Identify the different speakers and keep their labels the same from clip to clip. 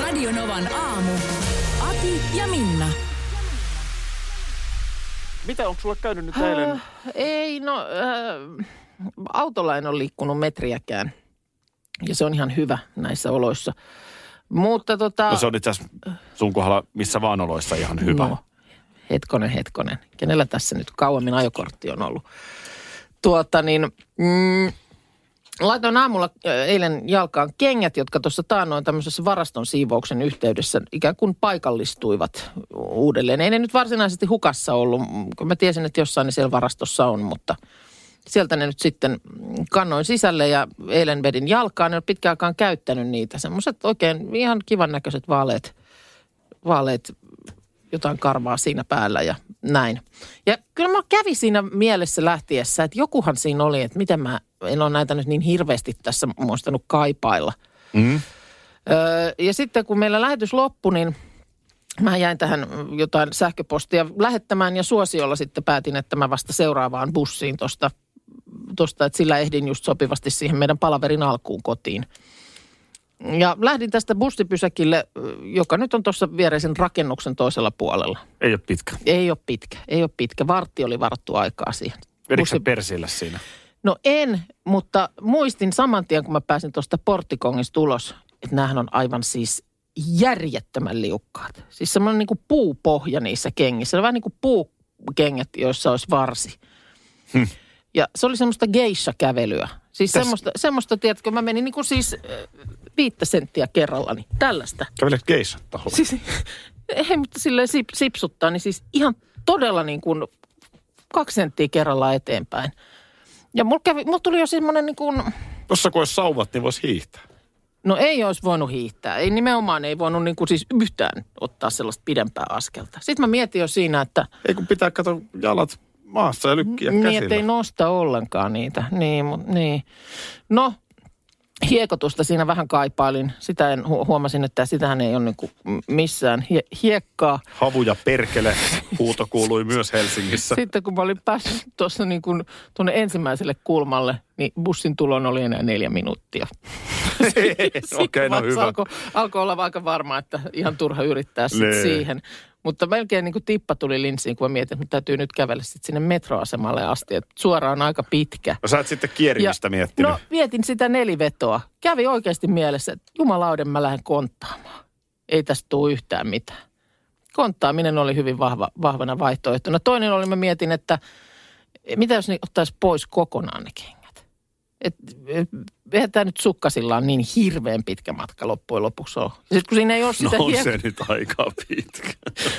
Speaker 1: Radionovan aamu. Ati ja Minna.
Speaker 2: Mitä onko sulle käynyt nyt eilen?
Speaker 3: Ei, no äh, autolla en ole liikkunut metriäkään. Ja se on ihan hyvä näissä oloissa. Mutta tota...
Speaker 2: No se on itse asiassa sun kohdalla missä vaan oloissa ihan hyvä.
Speaker 3: No, hetkonen, hetkonen. Kenellä tässä nyt kauemmin ajokortti on ollut? Tuota niin, mm, laitoin aamulla ö, eilen jalkaan kengät, jotka tuossa taannoin tämmöisessä varaston siivouksen yhteydessä ikään kuin paikallistuivat uudelleen. Ei ne nyt varsinaisesti hukassa ollut, mm, kun mä tiesin, että jossain ne siellä varastossa on, mutta sieltä ne nyt sitten mm, kannoin sisälle ja eilen vedin jalkaan. En ole pitkään aikaan käyttänyt niitä, semmoiset oikein ihan kivan näköiset vaaleet, vaaleet jotain karvaa siinä päällä ja näin. Ja kyllä mä kävi siinä mielessä lähtiessä, että jokuhan siinä oli, että miten mä en ole näitä nyt niin hirveästi tässä muistanut kaipailla.
Speaker 2: Mm.
Speaker 3: Öö, ja sitten kun meillä lähetys loppui, niin mä jäin tähän jotain sähköpostia lähettämään ja suosiolla sitten päätin, että mä vasta seuraavaan bussiin tuosta, tosta, että sillä ehdin just sopivasti siihen meidän palaverin alkuun kotiin. Ja lähdin tästä bussipysäkille, joka nyt on tuossa viereisen rakennuksen toisella puolella.
Speaker 2: Ei ole pitkä.
Speaker 3: Ei ole pitkä, ei ole pitkä. Vartti oli varattu aikaa siihen.
Speaker 2: Vedikö
Speaker 3: Bussi-
Speaker 2: sä persillä siinä?
Speaker 3: No en, mutta muistin saman tien, kun mä pääsin tuosta porttikongista ulos, että näähän on aivan siis järjettömän liukkaat. Siis semmoinen niin puupohja niissä kengissä. Ne on Vähän niin kuin puukengät, joissa olisi varsi.
Speaker 2: Hmm.
Speaker 3: Ja se oli semmoista geisha-kävelyä. Siis
Speaker 2: Tässä-
Speaker 3: semmoista, semmoista, tiedätkö, mä menin niin kuin siis äh, viittä senttiä kerrallani. Tällaista.
Speaker 2: Kävelet geisat taholla.
Speaker 3: Siis, ei, mutta silleen sip, sipsuttaa, niin siis ihan todella niin kuin kaksi senttiä kerrallaan eteenpäin. Ja mulla, kävi, mulla tuli jo semmoinen niin kuin,
Speaker 2: Tuossa kun olisi sauvat, niin voisi hiihtää.
Speaker 3: no ei olisi voinut hiihtää. Ei nimenomaan ei voinut niin kuin siis yhtään ottaa sellaista pidempää askelta. Sitten mä mietin jo siinä, että
Speaker 2: Ei kun pitää kato jalat maassa ja lykkiä niin,
Speaker 3: niin,
Speaker 2: käsillä.
Speaker 3: ettei
Speaker 2: Ei, no...
Speaker 3: nosta ollenkaan niitä. Niin, mut, niin. No, hiekotusta siinä vähän kaipailin. Sitä en hu- huomasin, että sitähän ei ole niin kuin missään hie- hiekkaa.
Speaker 2: Havuja perkele, huuto kuului myös Helsingissä. Sit...
Speaker 3: Sitten kun mä olin päässyt tuossa niin kuin tuonne ensimmäiselle kulmalle, niin bussin tulon oli enää neljä minuuttia. Sitten
Speaker 2: Okei, no
Speaker 3: vasta
Speaker 2: hyvä.
Speaker 3: Alkoi alko olla aika varma, että ihan turha yrittää sit
Speaker 2: Nee.
Speaker 3: siihen. Mutta melkein niin kuin tippa tuli linssiin, kun mä mietin, että mun täytyy nyt kävellä sit sinne metroasemalle asti. Et suoraan aika pitkä.
Speaker 2: No sä et sitten kierimistä miettinyt.
Speaker 3: no, mietin sitä nelivetoa. Kävi oikeasti mielessä, että jumalauden mä lähden konttaamaan. Ei tästä tule yhtään mitään. Konttaaminen oli hyvin vahva, vahvana vaihtoehtona. Toinen oli, mä mietin, että mitä jos ne ottaisi pois kokonaan ne kengät? Et, et, eihän tämä nyt sukkasillaan niin hirveän pitkä matka loppujen lopuksi ole. Sitten kun siinä ei ole sitä
Speaker 2: no on
Speaker 3: hie-
Speaker 2: se nyt aika pitkä.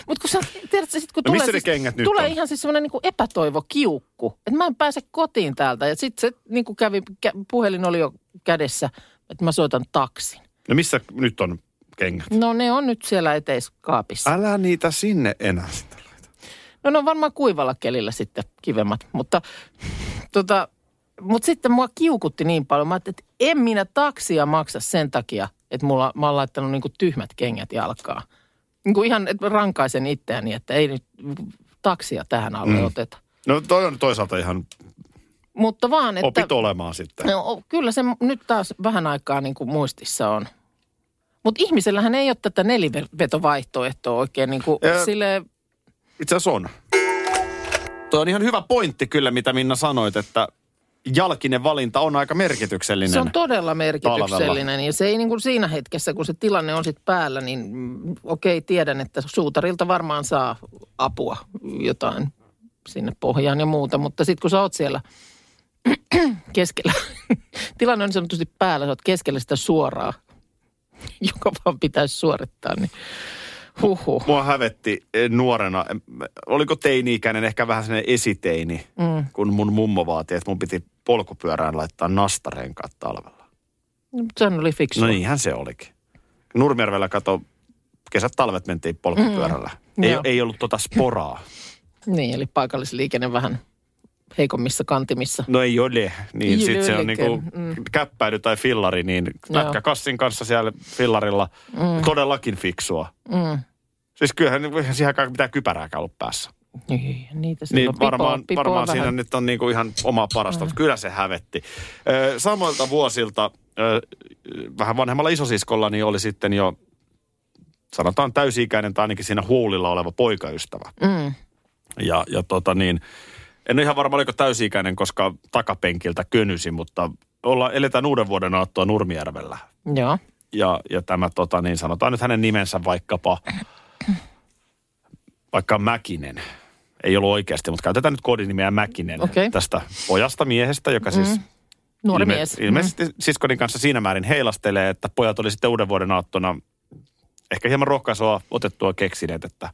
Speaker 3: mutta kun sä, tiedät, sä sit, kun
Speaker 2: No
Speaker 3: tulee,
Speaker 2: missä ne
Speaker 3: siis,
Speaker 2: kengät nyt
Speaker 3: tulee
Speaker 2: on?
Speaker 3: ihan siis semmoinen niin epätoivo kiukku, että mä en pääse kotiin täältä. Ja sitten se niin kuin kävi, kä- puhelin oli jo kädessä, että mä soitan taksin.
Speaker 2: No missä nyt on kengät?
Speaker 3: No ne on nyt siellä eteiskaapissa.
Speaker 2: Älä niitä sinne enää sitten laita.
Speaker 3: No ne on varmaan kuivalla kelillä sitten kivemmat, mutta tota, mut sitten mua kiukutti niin paljon. Mä ajattelin, että en minä taksia maksa sen takia, että mulla, mä oon laittanut niinku tyhmät kengät jalkaa. Niinku ihan että mä rankaisen itseäni, että ei nyt taksia tähän alle
Speaker 2: Mm.
Speaker 3: mm. oteta.
Speaker 2: No toi on toisaalta ihan
Speaker 3: Mutta vaan, että...
Speaker 2: opit olemaan sitten.
Speaker 3: No, o- kyllä se nyt taas vähän aikaa niin kuin muistissa on. Mutta ihmisellähän ei ole tätä nelivetovaihtoehtoa oikein niin kuin
Speaker 2: Ö,
Speaker 3: silleen
Speaker 2: Itse asiassa on. Tuo on ihan hyvä pointti kyllä, mitä Minna sanoit, että jalkinen valinta on aika merkityksellinen.
Speaker 3: Se on todella merkityksellinen ja se ei niin kuin siinä hetkessä, kun se tilanne on sitten päällä, niin mm, okei, tiedän, että suutarilta varmaan saa apua jotain sinne pohjaan ja muuta, mutta sitten kun sä oot siellä keskellä, tilanne on niin sanotusti päällä, sä oot keskellä sitä suoraa, joka vaan pitäisi suorittaa, niin huhu.
Speaker 2: Mua hävetti eh, nuorena, em, oliko teini-ikäinen, ehkä vähän sellainen esiteini, mm. kun mun mummo vaati, että mun piti polkupyörään laittaa nastarenkaat talvella.
Speaker 3: Sehän oli fiksu.
Speaker 2: Niin. No niinhän se olikin. Nurmijärvellä kato, kesät talvet mentiin polkupyörällä. Mm. Ei,
Speaker 3: Joo.
Speaker 2: ei, ollut tota sporaa.
Speaker 3: Niin, eli paikallisliikenne vähän heikommissa kantimissa.
Speaker 2: No ei ole. Niin
Speaker 3: Ei
Speaker 2: sit se on
Speaker 3: olekaan.
Speaker 2: niinku
Speaker 3: Mm.
Speaker 2: käppäily tai fillari, niin
Speaker 3: Joo.
Speaker 2: lätkäkassin kanssa siellä fillarilla. Mm. Todellakin fiksua.
Speaker 3: Mm.
Speaker 2: Siis kyllähän eihän siihen aikaan mitään kypärääkään ollut päässä.
Speaker 3: Niin, niitä
Speaker 2: Niin
Speaker 3: silloin pipoa-
Speaker 2: varmaan,
Speaker 3: pipoa
Speaker 2: varmaan siinä
Speaker 3: vähän. Mm.
Speaker 2: nyt on niinku ihan oma parasta, mutta kyllä se hävetti. Ö, Samoilta vuosilta ö, vähän vanhemmalla isosiskolla niin oli sitten jo sanotaan täysi-ikäinen tai ainakin siinä huulilla oleva poikaystävä.
Speaker 3: Mm.
Speaker 2: Ja, ja tota niin, en ole ihan varma oliko täysi-ikäinen, koska takapenkiltä könysi, mutta olla, eletään uuden vuoden aattoa Nurmijärvellä.
Speaker 3: Joo.
Speaker 2: Ja, ja tämä tota niin, sanotaan nyt hänen nimensä vaikkapa, vaikka Mäkinen. Ei ollut oikeasti, mutta käytetään nyt koodinimeä Mäkinen
Speaker 3: Okei. Mm,
Speaker 2: tästä pojasta miehestä, joka siis
Speaker 3: Nuori
Speaker 2: ilme-
Speaker 3: mies.
Speaker 2: ilmeisesti siskonin kanssa siinä määrin heilastelee, että pojat oli sitten uuden vuoden aattona ehkä hieman rohkaisua otettua keksineet, että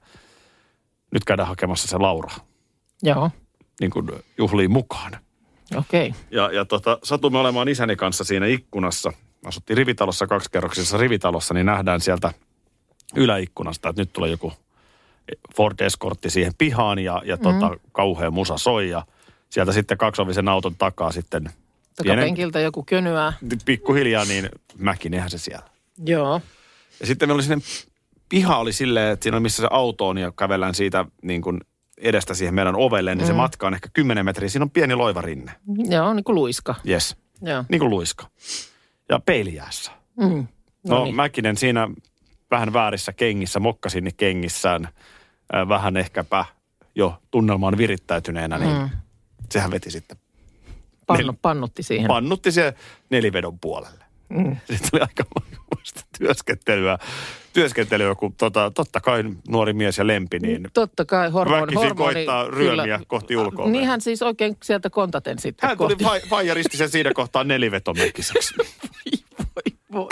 Speaker 2: nyt käydään hakemassa se Laura
Speaker 3: Mm. Joo,
Speaker 2: niin kuin juhliin mukaan.
Speaker 3: okei. Okay.
Speaker 2: Ja, ja tota, satumme olemaan isäni kanssa siinä ikkunassa. Asuttiin rivitalossa, kaksikerroksisessa rivitalossa, niin nähdään sieltä yläikkunasta, että nyt tulee joku Ford Escortti siihen pihaan ja, ja tota, mm. kauhea musa soi. Ja sieltä sitten kaksovisen auton takaa sitten pienen,
Speaker 3: Takapenkiltä joku könyää.
Speaker 2: pikkuhiljaa, niin mäkinenhän se siellä.
Speaker 3: Joo.
Speaker 2: Ja sitten meillä oli sinne, piha oli silleen, että siinä on missä se auto on ja kävellään siitä niin kuin edestä siihen meidän ovelle, niin mm. se matka on ehkä 10 metriä. Siinä on pieni loivarinne.
Speaker 3: Joo, niin kuin luiska.
Speaker 2: Yes.
Speaker 3: Joo.
Speaker 2: Niin kuin luiska. Ja peilijäässä.
Speaker 3: Mm.
Speaker 2: No, no
Speaker 3: niin.
Speaker 2: Mäkinen siinä vähän väärissä kengissä, mokkasinni kengissään, äh, vähän ehkäpä jo tunnelmaan virittäytyneenä, niin mm. sehän veti sitten. Niin.
Speaker 3: Pannu, pannutti siihen.
Speaker 2: Pannutti se nelivedon puolelle. Mm. Sitten oli aika työskentelyä, työskentelyä, kun tota, totta kai nuori mies ja lempi, niin
Speaker 3: Totta kai hormoni.
Speaker 2: Väkisin
Speaker 3: hormoni
Speaker 2: koittaa
Speaker 3: kyllä.
Speaker 2: ryömiä kohti ulkoa.
Speaker 3: Niin hän siis oikein sieltä kontaten sitten
Speaker 2: hän tuli
Speaker 3: kohti.
Speaker 2: vai- vaijaristisen siinä kohtaa nelivetomerkiseksi.
Speaker 3: Voi, voi.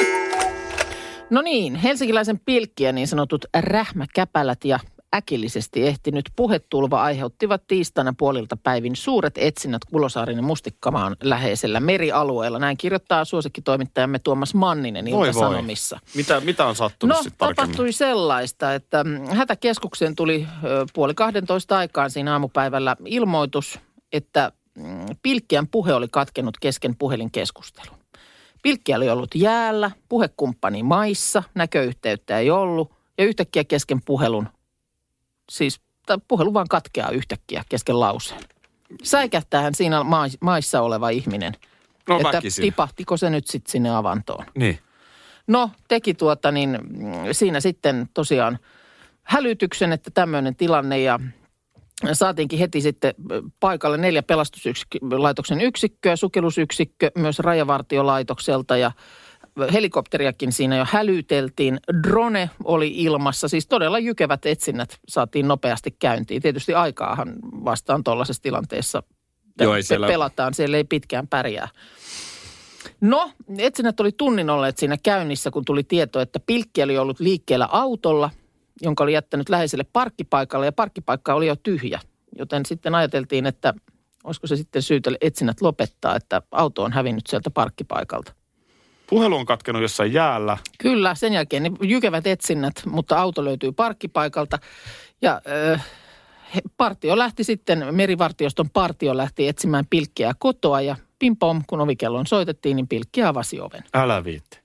Speaker 3: No niin, helsinkiläisen pilkkiä niin sanotut rähmäkäpälät ja äkillisesti ehtinyt puhetulva aiheuttivat tiistaina puolilta päivin suuret etsinnät Kulosaaren ja Mustikkamaan läheisellä merialueella. Näin kirjoittaa suosikkitoimittajamme Tuomas Manninen
Speaker 2: Voi voi.
Speaker 3: Ilta-Sanomissa.
Speaker 2: Mitä, mitä on sattunut
Speaker 3: No,
Speaker 2: sitten tarkemmin?
Speaker 3: tapahtui sellaista, että mm, hätäkeskukseen tuli ö, puoli 12 aikaan siinä aamupäivällä ilmoitus, että mm, pilkkiän puhe oli katkennut kesken puhelinkeskustelun. Pilkki oli ollut jäällä, puhekumppani maissa, näköyhteyttä ei ollut ja yhtäkkiä kesken puhelun, siis tai puhelu vaan katkeaa yhtäkkiä kesken lauseen. Säikähtäähän siinä maa- maissa oleva ihminen,
Speaker 2: No
Speaker 3: että
Speaker 2: väkisin.
Speaker 3: tipahtiko se nyt sitten sinne avantoon.
Speaker 2: Niin.
Speaker 3: No, teki tuota niin, mm, siinä sitten tosiaan hälytyksen, että tämmöinen tilanne ja saatiinkin heti sitten ö, paikalle neljä pelastuslaitoksen yksikköä, sukellusyksikkö myös rajavartiolaitokselta ja helikopteriakin siinä jo hälyteltiin. Drone oli ilmassa, siis todella jykevät etsinnät saatiin nopeasti käyntiin. Tietysti aikaahan vastaan tuollaisessa tilanteessa
Speaker 2: Joo, ei
Speaker 3: pe-
Speaker 2: siellä-
Speaker 3: pelataan, siellä ei pitkään pärjää. No, etsinnät oli tunnin olleet siinä käynnissä, kun tuli tieto, että pilkki oli ollut liikkeellä autolla, jonka oli jättänyt läheiselle parkkipaikalle ja parkkipaikka oli jo tyhjä. Joten sitten ajateltiin, että olisiko se sitten syytä etsinnät lopettaa, että auto on hävinnyt sieltä parkkipaikalta.
Speaker 2: Puhelu on katkenut jossain jäällä.
Speaker 3: Kyllä, sen jälkeen ne jykevät etsinnät, mutta auto löytyy parkkipaikalta. Ja äh, he- partio lähti sitten, merivartioston partio lähti etsimään pilkkiä kotoa ja pimpom, kun ovikelloon soitettiin, niin pilkki avasi oven.
Speaker 2: Älä viitti.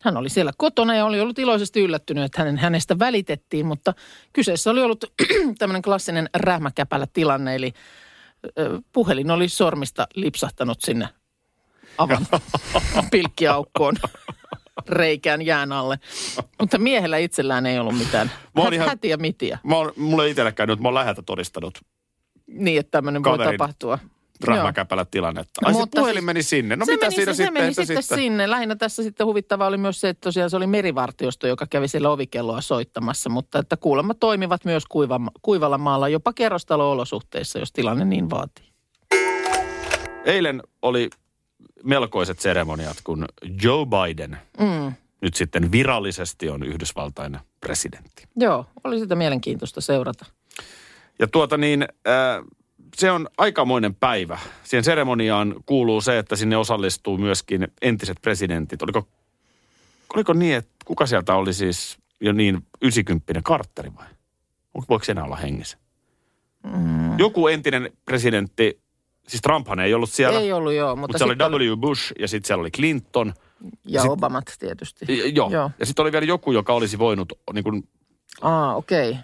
Speaker 3: Hän oli siellä kotona ja oli ollut iloisesti yllättynyt, että hänen, hänestä välitettiin, mutta kyseessä oli ollut tämmöinen klassinen rähmäkäpälä tilanne, eli ö, puhelin oli sormista lipsahtanut sinne avan pilkkiaukkoon reikään jään alle. Mutta miehellä itsellään ei ollut mitään
Speaker 2: Mä oon
Speaker 3: hä-
Speaker 2: ihan-
Speaker 3: hätiä mitiä.
Speaker 2: Mä oon, mulla ei itsellä käynyt, mä oon läheltä todistanut
Speaker 3: Niin, että tämmöinen voi
Speaker 2: Kaverin
Speaker 3: tapahtua. Joo.
Speaker 2: rähmäkäpälä tilannetta. Ai
Speaker 3: Mutta
Speaker 2: se puhelin
Speaker 3: siis-
Speaker 2: meni sinne. No
Speaker 3: se
Speaker 2: mitä
Speaker 3: meni,
Speaker 2: siinä
Speaker 3: se,
Speaker 2: sitten?
Speaker 3: se meni
Speaker 2: että
Speaker 3: sitten,
Speaker 2: sitten?
Speaker 3: sinne. Lähinnä tässä sitten huvittavaa oli myös se, että tosiaan se oli merivartiosto, joka kävi siellä ovikelloa soittamassa, mutta että kuulemma toimivat myös kuiva, kuivalla maalla, jopa kerrostalo-olosuhteissa, jos tilanne niin vaatii.
Speaker 2: Eilen oli melkoiset seremoniat, kun Joe Biden
Speaker 3: Mm.
Speaker 2: nyt sitten virallisesti on Yhdysvaltain presidentti.
Speaker 3: Joo, oli sitä mielenkiintoista seurata.
Speaker 2: Ja tuota niin, äh, se on aikamoinen päivä. Siihen seremoniaan kuuluu se, että sinne osallistuu myöskin entiset presidentit. Oliko oliko niin, että kuka sieltä oli siis jo niin 90 kartteri vai? Onko voiko se enää olla hengissä? Mm. Joku entinen presidentti, siis Trumphan ei ollut siellä.
Speaker 3: Ei ollut joo, mutta,
Speaker 2: Mutta siellä
Speaker 3: sitten
Speaker 2: oli W. Bush ja sitten siellä oli Clinton.
Speaker 3: ja
Speaker 2: sit-
Speaker 3: Obamat tietysti.
Speaker 2: Ja, joo. joo. Ja sitten oli vielä joku, joka olisi voinut, niin kun,
Speaker 3: Aa, okei. Okay.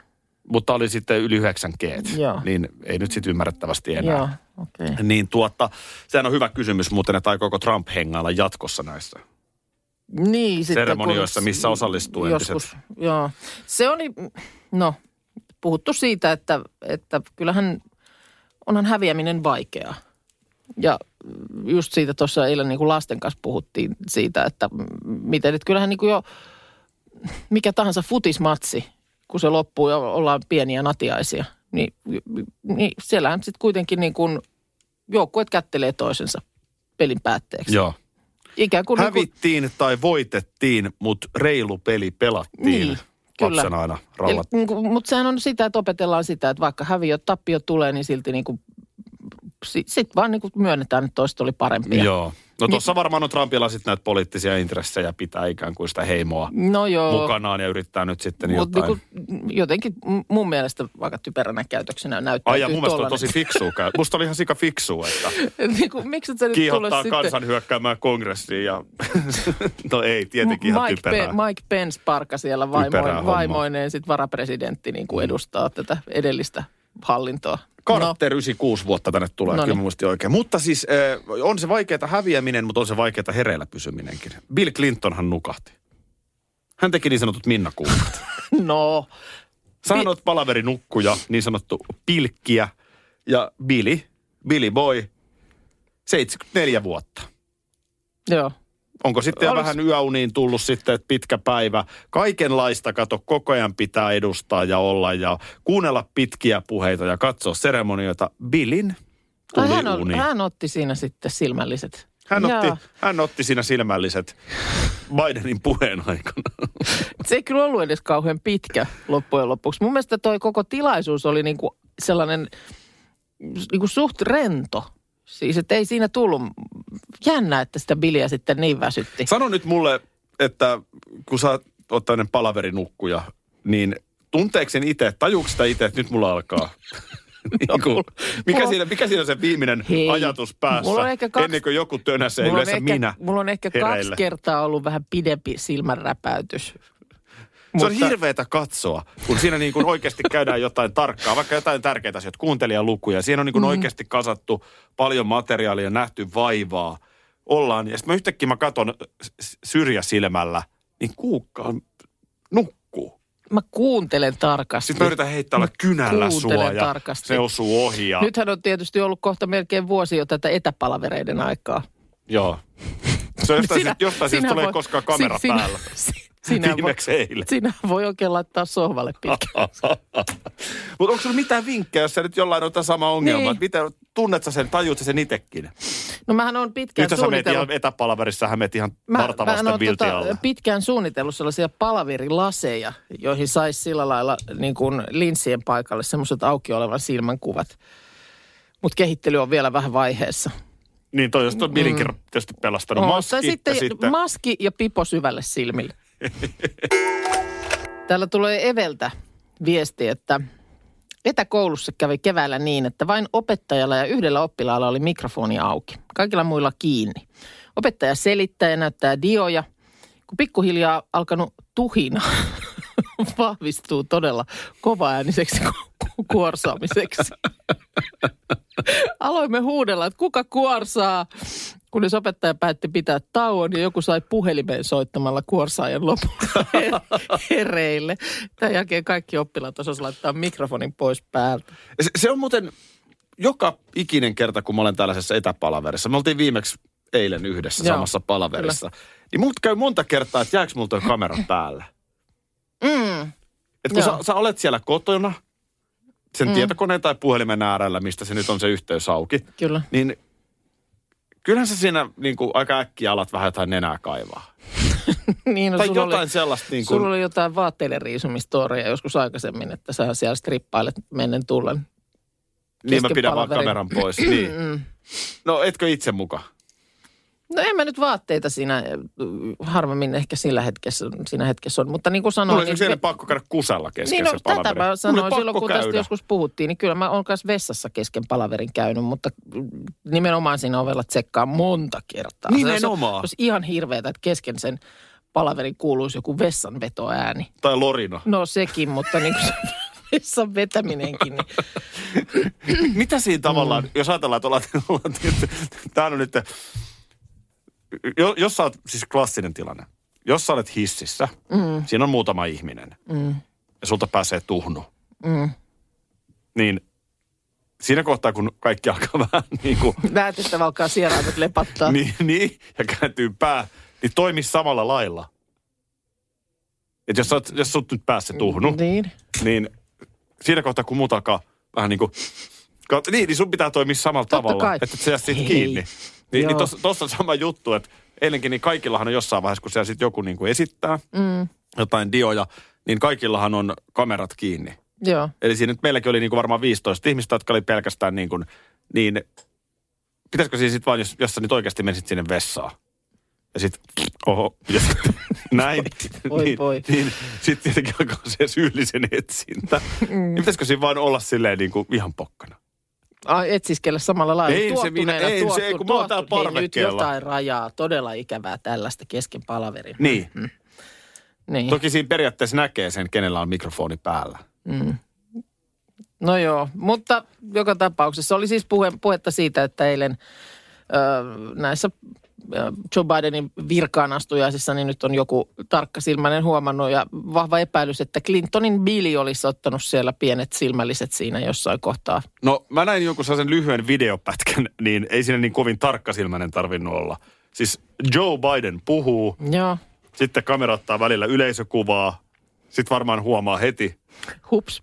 Speaker 2: mutta oli sitten yli 90
Speaker 3: Joo.
Speaker 2: Niin ei nyt sitten ymmärrettävästi enää.
Speaker 3: Joo, okei. Okay.
Speaker 2: Niin tuotta, sehän on hyvä kysymys muuten, että aikooko Trump hengailla jatkossa näissä?
Speaker 3: Niin, sitten
Speaker 2: Seremonioissa,
Speaker 3: kun-
Speaker 2: missä osallistuu entiset-
Speaker 3: joskus, Joo. Se oli, no, puhuttu siitä, että, että kyllähän onhan häviäminen vaikeaa. Ja just siitä tuossa eilen niin kuin lasten kanssa puhuttiin siitä, että m- miten, että kyllähän niin kuin jo mikä tahansa futismatsi, kun se loppuu ja ollaan pieniä natiaisia, niin, niin siellähän sitten kuitenkin niin kuin joukkueet kättelee toisensa pelin päätteeksi.
Speaker 2: Joo.
Speaker 3: Ikään kuin niin kuin-
Speaker 2: Hävittiin tai voitettiin, mutta reilu peli pelattiin.
Speaker 3: Niin, kyllä.
Speaker 2: Lapsena aina rallat.
Speaker 3: Mutta niinku, sehän on sitä, että opetellaan sitä, että vaikka häviö, tappio tulee, niin silti niinku, sitten vaan niinku myönnetään, että toista oli parempia.
Speaker 2: Joo.
Speaker 3: Niin-
Speaker 2: No tuossa varmaan on Trumpilla sitten näitä poliittisia intressejä pitää ikään kuin sitä heimoa
Speaker 3: No joo.
Speaker 2: mukanaan ja yrittää nyt sitten
Speaker 3: Mut
Speaker 2: jotain.
Speaker 3: niinku, jotenkin m- mun mielestä vaikka typeränä käytöksenä näyttää.
Speaker 2: Ai ja mun mielestä on tosi fiksua. käy- Musta oli ihan sika fiksua, että
Speaker 3: niinku, miksi et sä nyt tule
Speaker 2: kiihottaa
Speaker 3: sitten...
Speaker 2: kansan hyökkäämään kongressiin ja... no ei, tietenkin ihan
Speaker 3: Mike,
Speaker 2: typerää.
Speaker 3: Pe- Mike Pence parka siellä
Speaker 2: Typerää Mm.
Speaker 3: vaimoin,
Speaker 2: hommaa.
Speaker 3: vaimoineen, sit varapresidentti niin kuin edustaa tätä edellistä hallintoa.
Speaker 2: Carter 96 vuotta tänne tulee,
Speaker 3: No
Speaker 2: kyllä
Speaker 3: niin.
Speaker 2: muistin oikein. Mutta siis eh, on se vaikeaa häviäminen, mutta on se vaikeaa hereillä pysyminenkin. Bill Clintonhan nukahti. Hän teki niin sanotut Minna Kuukat.
Speaker 3: No, no,
Speaker 2: Sanot palaveri nukkuja, niin sanottu pilkkiä ja Billy, Billy Boy, 74 vuotta.
Speaker 3: joo.
Speaker 2: Onko sitten Olis...
Speaker 3: Olis-
Speaker 2: vähän yöuniin tullut sitten, että pitkä päivä. Kaikenlaista kato, koko ajan pitää edustaa ja olla ja kuunnella pitkiä puheita ja katsoa seremonioita. Billin
Speaker 3: Ai,
Speaker 2: tuli
Speaker 3: hän, on,
Speaker 2: uni.
Speaker 3: hän otti siinä sitten silmälliset.
Speaker 2: Hän
Speaker 3: Jaa.
Speaker 2: otti, hän otti siinä silmälliset Bidenin puheen aikana.
Speaker 3: Se ei kyllä ollut edes kauhean pitkä loppujen lopuksi. Mun mielestä toi koko tilaisuus oli niinku sellainen niinku suht rento. Siis, että ei siinä tullut jännä, että sitä biliä sitten niin väsytti.
Speaker 2: Sano nyt mulle, että kun sä oot tämmönen palaverinukkuja, niin tunteeko sen itse, tajuuko sitä itse, että nyt mulla alkaa? niin kuin, mikä,
Speaker 3: mulla-
Speaker 2: siinä, mikä siinä on se viimeinen
Speaker 3: Hei,
Speaker 2: ajatus päässä,
Speaker 3: mulla on ehkä kaksi-
Speaker 2: ennen kuin joku tönäsee
Speaker 3: Mulla on
Speaker 2: yleensä
Speaker 3: ehkä,
Speaker 2: minä
Speaker 3: Mulla on ehkä kaksi
Speaker 2: hereillä.
Speaker 3: kertaa ollut vähän pidempi silmänräpäytys.
Speaker 2: Se on hirveetä katsoa, kun siinä niin kuin oikeasti käydään jotain tarkkaa, vaikka jotain tärkeitä asioita, kuuntelijalukuja. Siinä on niin kuin
Speaker 3: Mhm.
Speaker 2: mm. oikeasti kasattu paljon materiaalia, nähty vaivaa. Ollaan, ja sitten mä yhtäkkiä mä katon s- syrjäsilmällä, niin kuukkaan nukkuu.
Speaker 3: Mä kuuntelen tarkasti.
Speaker 2: Sitten mä yritän heittää olla kynällä sua
Speaker 3: kuuntelen
Speaker 2: ja
Speaker 3: tarkasti.
Speaker 2: se osuu ohi. Ja,
Speaker 3: Nythän on tietysti ollut kohta melkein vuosi jo tätä etäpalavereiden aikaa.
Speaker 2: Joo. Se on jostain,
Speaker 3: Sinä-
Speaker 2: sinä, jostain sinä
Speaker 3: sinä
Speaker 2: tulee
Speaker 3: voi-
Speaker 2: koskaan kamera
Speaker 3: si-
Speaker 2: sinä, päällä.
Speaker 3: si- Sinä,
Speaker 2: Viimeksi
Speaker 3: voi,
Speaker 2: eilen.
Speaker 3: sinä voi oikein laittaa sohvalle pitkään.
Speaker 2: Mutta onko sulla mitään vinkkejä, jos sä nyt jollain on tämä sama ongelma?
Speaker 3: Niin.
Speaker 2: Niin. Miten, tunnet sä sen, tajut sä sen itekin?
Speaker 3: No mähän on pitkään
Speaker 2: Nyt sä meet ihan
Speaker 3: suunnitellut.
Speaker 2: etäpalaverissa, sä meet ihan
Speaker 3: Mä, tota
Speaker 2: varta
Speaker 3: mähän
Speaker 2: vasten
Speaker 3: on
Speaker 2: vilti alle.
Speaker 3: pitkään suunnitellut sellaisia palaverilaseja, joihin saisi sillä lailla niin kuin linssien paikalle semmoiset auki olevan silmän kuvat. Mutta kehittely on vielä vähän vaiheessa.
Speaker 2: Niin toi just on mielinkirja tietysti pelastanut.
Speaker 3: On,
Speaker 2: Maski
Speaker 3: Mm. Oh, tai
Speaker 2: sitten, ja sitten ma-
Speaker 3: maski ja pipo syvälle silmille. Täällä tulee Eveltä viesti, että etäkoulussa kävi keväällä niin, että vain opettajalla ja yhdellä oppilaalla oli mikrofoni auki. Kaikilla muilla kiinni. Opettaja selittää ja näyttää dioja. Kun pikkuhiljaa alkanut tuhina vahvistuu todella kovaääniseksi ku- ku- kuorsaamiseksi. Aloimme huudella, että kuka kuorsaa, kunnes opettaja päätti pitää tauon ja joku sai puhelimeen soittamalla kuorsaajan lopulta hereille. Tämän jälkeen kaikki oppilaat osasivat laittaa mikrofonin pois päältä.
Speaker 2: se, se on muuten joka ikinen kerta, kun mä olen tällaisessa etäpalaverissa. Me oltiin viimeksi eilen yhdessä
Speaker 3: Joo,
Speaker 2: Joo, samassa palaverissa. Kyllä. Niin multa käy monta kertaa, että jääkö multa toi kamera päällä.
Speaker 3: Mm.
Speaker 2: Et kun sä,
Speaker 3: Joo.
Speaker 2: sä olet siellä kotona, sen mm. tietokoneen tai puhelimen äärellä, mistä se nyt on se yhteys auki,
Speaker 3: Kyllä.
Speaker 2: niin kyllähän sä siinä niin kuin, aika äkkiä alat vähän jotain nenää kaivaa.
Speaker 3: Niin, no,
Speaker 2: tai
Speaker 3: sulla
Speaker 2: jotain
Speaker 3: oli,
Speaker 2: sellaista. Niin kuin,
Speaker 3: Sulla oli jotain vaatteiden riisumistooria joskus aikaisemmin, että sä siellä strippailet mennen tullen.
Speaker 2: Niin mä
Speaker 3: kesken
Speaker 2: pidän vaan
Speaker 3: palaverin.
Speaker 2: kameran pois. niin. No etkö itse muka?
Speaker 3: No en mä nyt vaatteita siinä, mm, harvemmin ehkä sillä hetkessä, siinä hetkessä on, mutta niin kuin sanoin...
Speaker 2: Mulla oli
Speaker 3: niin-
Speaker 2: siellä pakko käydä kusella kesken
Speaker 3: Niin no,
Speaker 2: se
Speaker 3: tätä
Speaker 2: palaveri.
Speaker 3: mä sanoin
Speaker 2: Mulla oli
Speaker 3: silloin, kun
Speaker 2: pakko
Speaker 3: tästä
Speaker 2: käydä.
Speaker 3: joskus puhuttiin, niin kyllä mä oon myös vessassa kesken palaverin käynyt, mutta nimenomaan siinä ovella tsekkaa monta kertaa.
Speaker 2: Nimenomaan.
Speaker 3: Se olisi ihan hirveetä, että kesken sen palaverin kuuluisi joku vessan vetoääni.
Speaker 2: Tai lorina.
Speaker 3: No sekin, mutta niin kuin se vessan vetäminenkin, niin
Speaker 2: Mitä siinä tavallaan, mm. jos ajatellaan, että ollaan, ollaan tämä on nyt, jo- jos sä oot, siis klassinen tilanne, jos sä olet hississä, mm. siinä on muutama ihminen, mm. ja sulta pääsee tuhnu, mm. niin siinä kohtaa, kun kaikki alkaa vähän niin kuin,
Speaker 3: väitettävä alkaa sieraimet lepattaa.
Speaker 2: niin, niin, ja kääntyy pää, niin toimi samalla lailla. Et jos, sä oot, jos sut nyt päässä tuhnu, mm.
Speaker 3: Niin.
Speaker 2: niin siinä kohtaa, kun muut alkaa vähän niin kuin, niin, niin sun pitää toimia samalla
Speaker 3: Totta
Speaker 2: tavalla,
Speaker 3: kai.
Speaker 2: että et sä jää siitä
Speaker 3: Hei.
Speaker 2: kiinni. Niin, niin
Speaker 3: Joo.
Speaker 2: tossa, tossa on sama juttu, että eilenkin niin kaikillahan on jossain vaiheessa, kun siellä sitten joku niin kuin esittää mm. jotain dioja, niin kaikillahan on kamerat kiinni.
Speaker 3: Joo.
Speaker 2: Eli siinä nyt meilläkin oli niin kuin varmaan 15 ihmistä, jotka oli pelkästään niin kuin, niin pitäisikö siinä sitten vaan, jos, jos sä nyt oikeasti menisit sinne vessaan? Ja sitten, oho, ja sitten näin.
Speaker 3: Voi,
Speaker 2: niin,
Speaker 3: voi.
Speaker 2: Niin, sitten tietenkin alkaa se syyllisen etsintä. Mm. Pitäisikö siinä vaan olla silleen niin kuin ihan pokkana?
Speaker 3: Ai, etsiskellä samalla lailla.
Speaker 2: Ei se
Speaker 3: Tuohtuneena,
Speaker 2: minä- ei se,
Speaker 3: tuohtu-
Speaker 2: kun mä oon täällä
Speaker 3: tuohtu- Hei, nyt
Speaker 2: parvekkeella.
Speaker 3: jotain rajaa, todella ikävää tällaista kesken palaverin.
Speaker 2: Niin.
Speaker 3: Niin.
Speaker 2: Toki siinä periaatteessa näkee sen, kenellä on mikrofoni päällä.
Speaker 3: No joo, mutta joka tapauksessa oli siis puhe, puhetta siitä, että eilen ö, näissä ö, Joe Bidenin virkaan astujaisissa, niin nyt on joku tarkkasilmäinen huomannut ja vahva epäilys, että Clintonin Billy olisi ottanut siellä pienet silmälliset siinä jossain kohtaa.
Speaker 2: No mä näin jonkun sellaisen lyhyen videopätkän, niin ei siinä niin kovin tarkkasilmäinen tarvinnut olla. Siis Joe Biden puhuu,
Speaker 3: Joo,
Speaker 2: Sitten kamera ottaa välillä yleisökuvaa. Sitten varmaan huomaa heti.
Speaker 3: hups.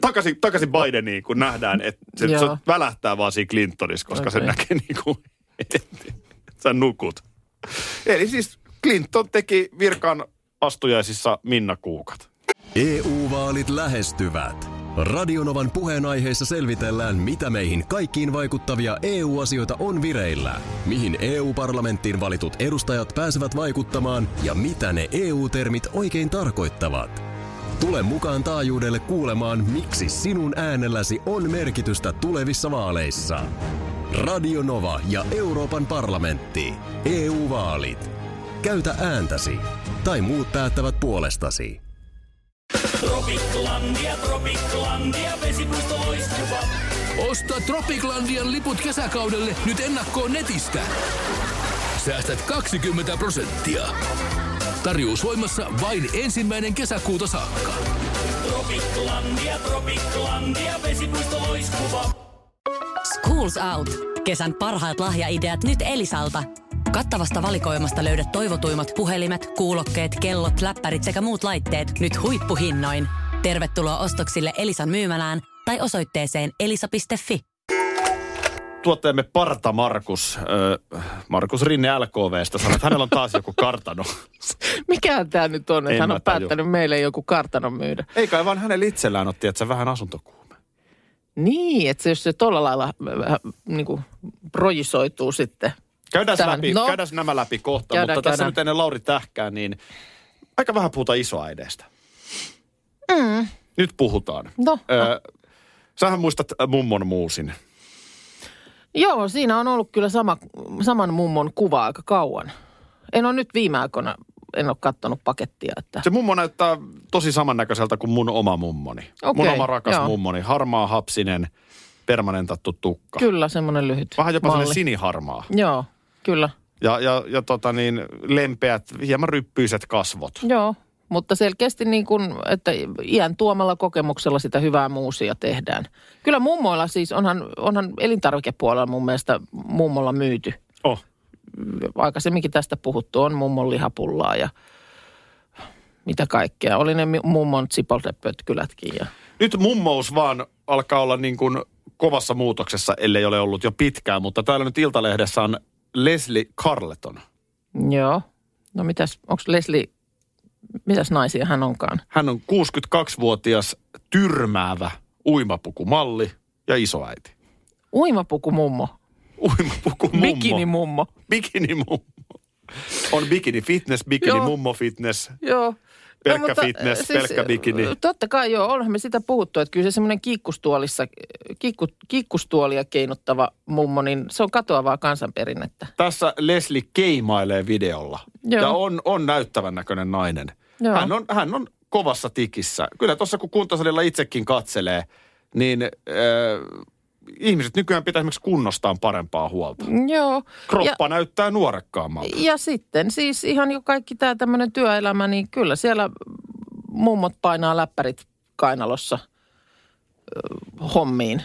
Speaker 2: Takaisin, takaisin Bideniin, kun nähdään, että se, se
Speaker 3: Joo.
Speaker 2: välähtää vaan siinä Clintonissa, koska okay. se
Speaker 3: Okei.
Speaker 2: näkee niin kuin, että sä nukut. Eli siis Clinton teki virkaan astujaisissa Minna Kuukat.
Speaker 4: EU-vaalit E lähestyvät. Radionovan puheenaiheessa selvitellään, mitä meihin kaikkiin vaikuttavia EU-asioita on vireillä, mihin EU-parlamenttiin valitut edustajat pääsevät vaikuttamaan ja mitä ne EU-termit oikein tarkoittavat. Tule mukaan taajuudelle kuulemaan, miksi sinun äänelläsi on merkitystä tulevissa vaaleissa. Radio Nova ja Euroopan parlamentti. EU-vaalit. Käytä ääntäsi. Tai muut päättävät puolestasi.
Speaker 5: Osta Tropiklandian liput kesäkaudelle nyt ennakkoon netistä. Säästät 20 prosenttia. Tarjous voimassa vain ensimmäinen kesäkuuta saakka.
Speaker 6: Schools Out. Kesän parhaat lahjaideat nyt Elisalta. Kattavasta valikoimasta löydät toivotuimmat puhelimet, kuulokkeet, kellot, läppärit sekä muut laitteet nyt huippuhinnoin. Tervetuloa ostoksille Elisan myymälään tai osoitteeseen elisa.fi.
Speaker 2: Tuottajamme Parta Markus, äh, Markus Rinne LKVstä sanoi, että hänellä on taas joku kartano.
Speaker 3: Mikä tämä nyt on,
Speaker 2: En
Speaker 3: että hän
Speaker 2: mä
Speaker 3: on
Speaker 2: tajua.
Speaker 3: päättänyt meille joku kartanon myydä.
Speaker 2: Ei kai vaan hänellä itsellään otti, että se vähän asuntokuume.
Speaker 3: Niin, että se, jos se tuolla lailla äh, niin kuin projisoituu sitten.
Speaker 2: Käydään,
Speaker 3: Tämän-
Speaker 2: läpi, no.
Speaker 3: no.
Speaker 2: käydään nämä läpi kohta, käydään,
Speaker 3: Käydään,
Speaker 2: mutta käydään. tässä
Speaker 3: käydään.
Speaker 2: nyt ennen Lauri Tähkää, niin aika vähän puhutaan isoäideistä. Mm. Nyt puhutaan.
Speaker 3: Mm. No,
Speaker 2: Öö, sähän muistat äh, mummon muusin.
Speaker 3: Joo, siinä on ollut kyllä sama, saman mummon kuva aika kauan. En ole nyt viime aikoina, en ole kattonut pakettia. Että.
Speaker 2: Se mummo näyttää tosi samannäköiseltä kuin mun oma mummoni.
Speaker 3: Okei,
Speaker 2: mun oma rakas joo.
Speaker 3: joo.
Speaker 2: mummoni, harmaa hapsinen, permanentattu tukka.
Speaker 3: Kyllä, semmoinen lyhyt
Speaker 2: Vähän jopa
Speaker 3: malli.
Speaker 2: sellainen siniharmaa.
Speaker 3: Joo, kyllä.
Speaker 2: Ja, ja, ja tota niin, lempeät, hieman ryppyiset kasvot.
Speaker 3: Joo, mutta selkeästi niin kuin, että iän tuomalla kokemuksella sitä hyvää muusia tehdään. Kyllä mummoilla siis, onhan, onhan elintarvikepuolella mun mielestä mummolla myyty.
Speaker 2: Oh.
Speaker 3: Aikaisemminkin tästä puhuttu, on mummon lihapullaa ja mitä kaikkea. Oli ne mi- mummon sipoldepötkylätkin ja...
Speaker 2: Nyt mummous vaan alkaa olla niin kuin kovassa muutoksessa, ellei ole ollut jo pitkään, mutta täällä nyt Iltalehdessä on Leslie Carleton.
Speaker 3: Joo. No mitäs, onko Leslie, mitäs naisia hän onkaan?
Speaker 2: Hän on 62-vuotias tyrmäävä uimapukumalli ja isoäiti.
Speaker 3: Uimapuku mummo.
Speaker 2: Uimapuku mummo.
Speaker 3: Bikini mummo.
Speaker 2: Bikini mummo. On bikini fitness, bikini
Speaker 3: Joo.
Speaker 2: mummo fitness.
Speaker 3: Joo. No, eh,
Speaker 2: Pelkkä fitness, pelkkä bikini.
Speaker 3: siis, Totta kai joo, onhan me sitä puhuttu, että kyllä se semmoinen kiikkustuolissa, kiikku, kiikkustuolia keinottava mummo, niin se on katoavaa kansanperinnettä.
Speaker 2: Tässä Leslie keimailee videolla.
Speaker 3: Joo.
Speaker 2: Ja on, on näyttävän näköinen nainen.
Speaker 3: Joo.
Speaker 2: Hän on, hän on kovassa tikissä. Kyllä tuossa kun kuntosalilla itsekin katselee, niin äh, ihmiset nykyään pitää esimerkiksi kunnostaan parempaa huolta.
Speaker 3: Joo.
Speaker 2: Kroppa ja, näyttää nuorekkaammalta.
Speaker 3: Ja sitten siis ihan jo kaikki tämä tämmöinen työelämä, niin kyllä siellä mummot painaa läppärit kainalossa ö, hommiin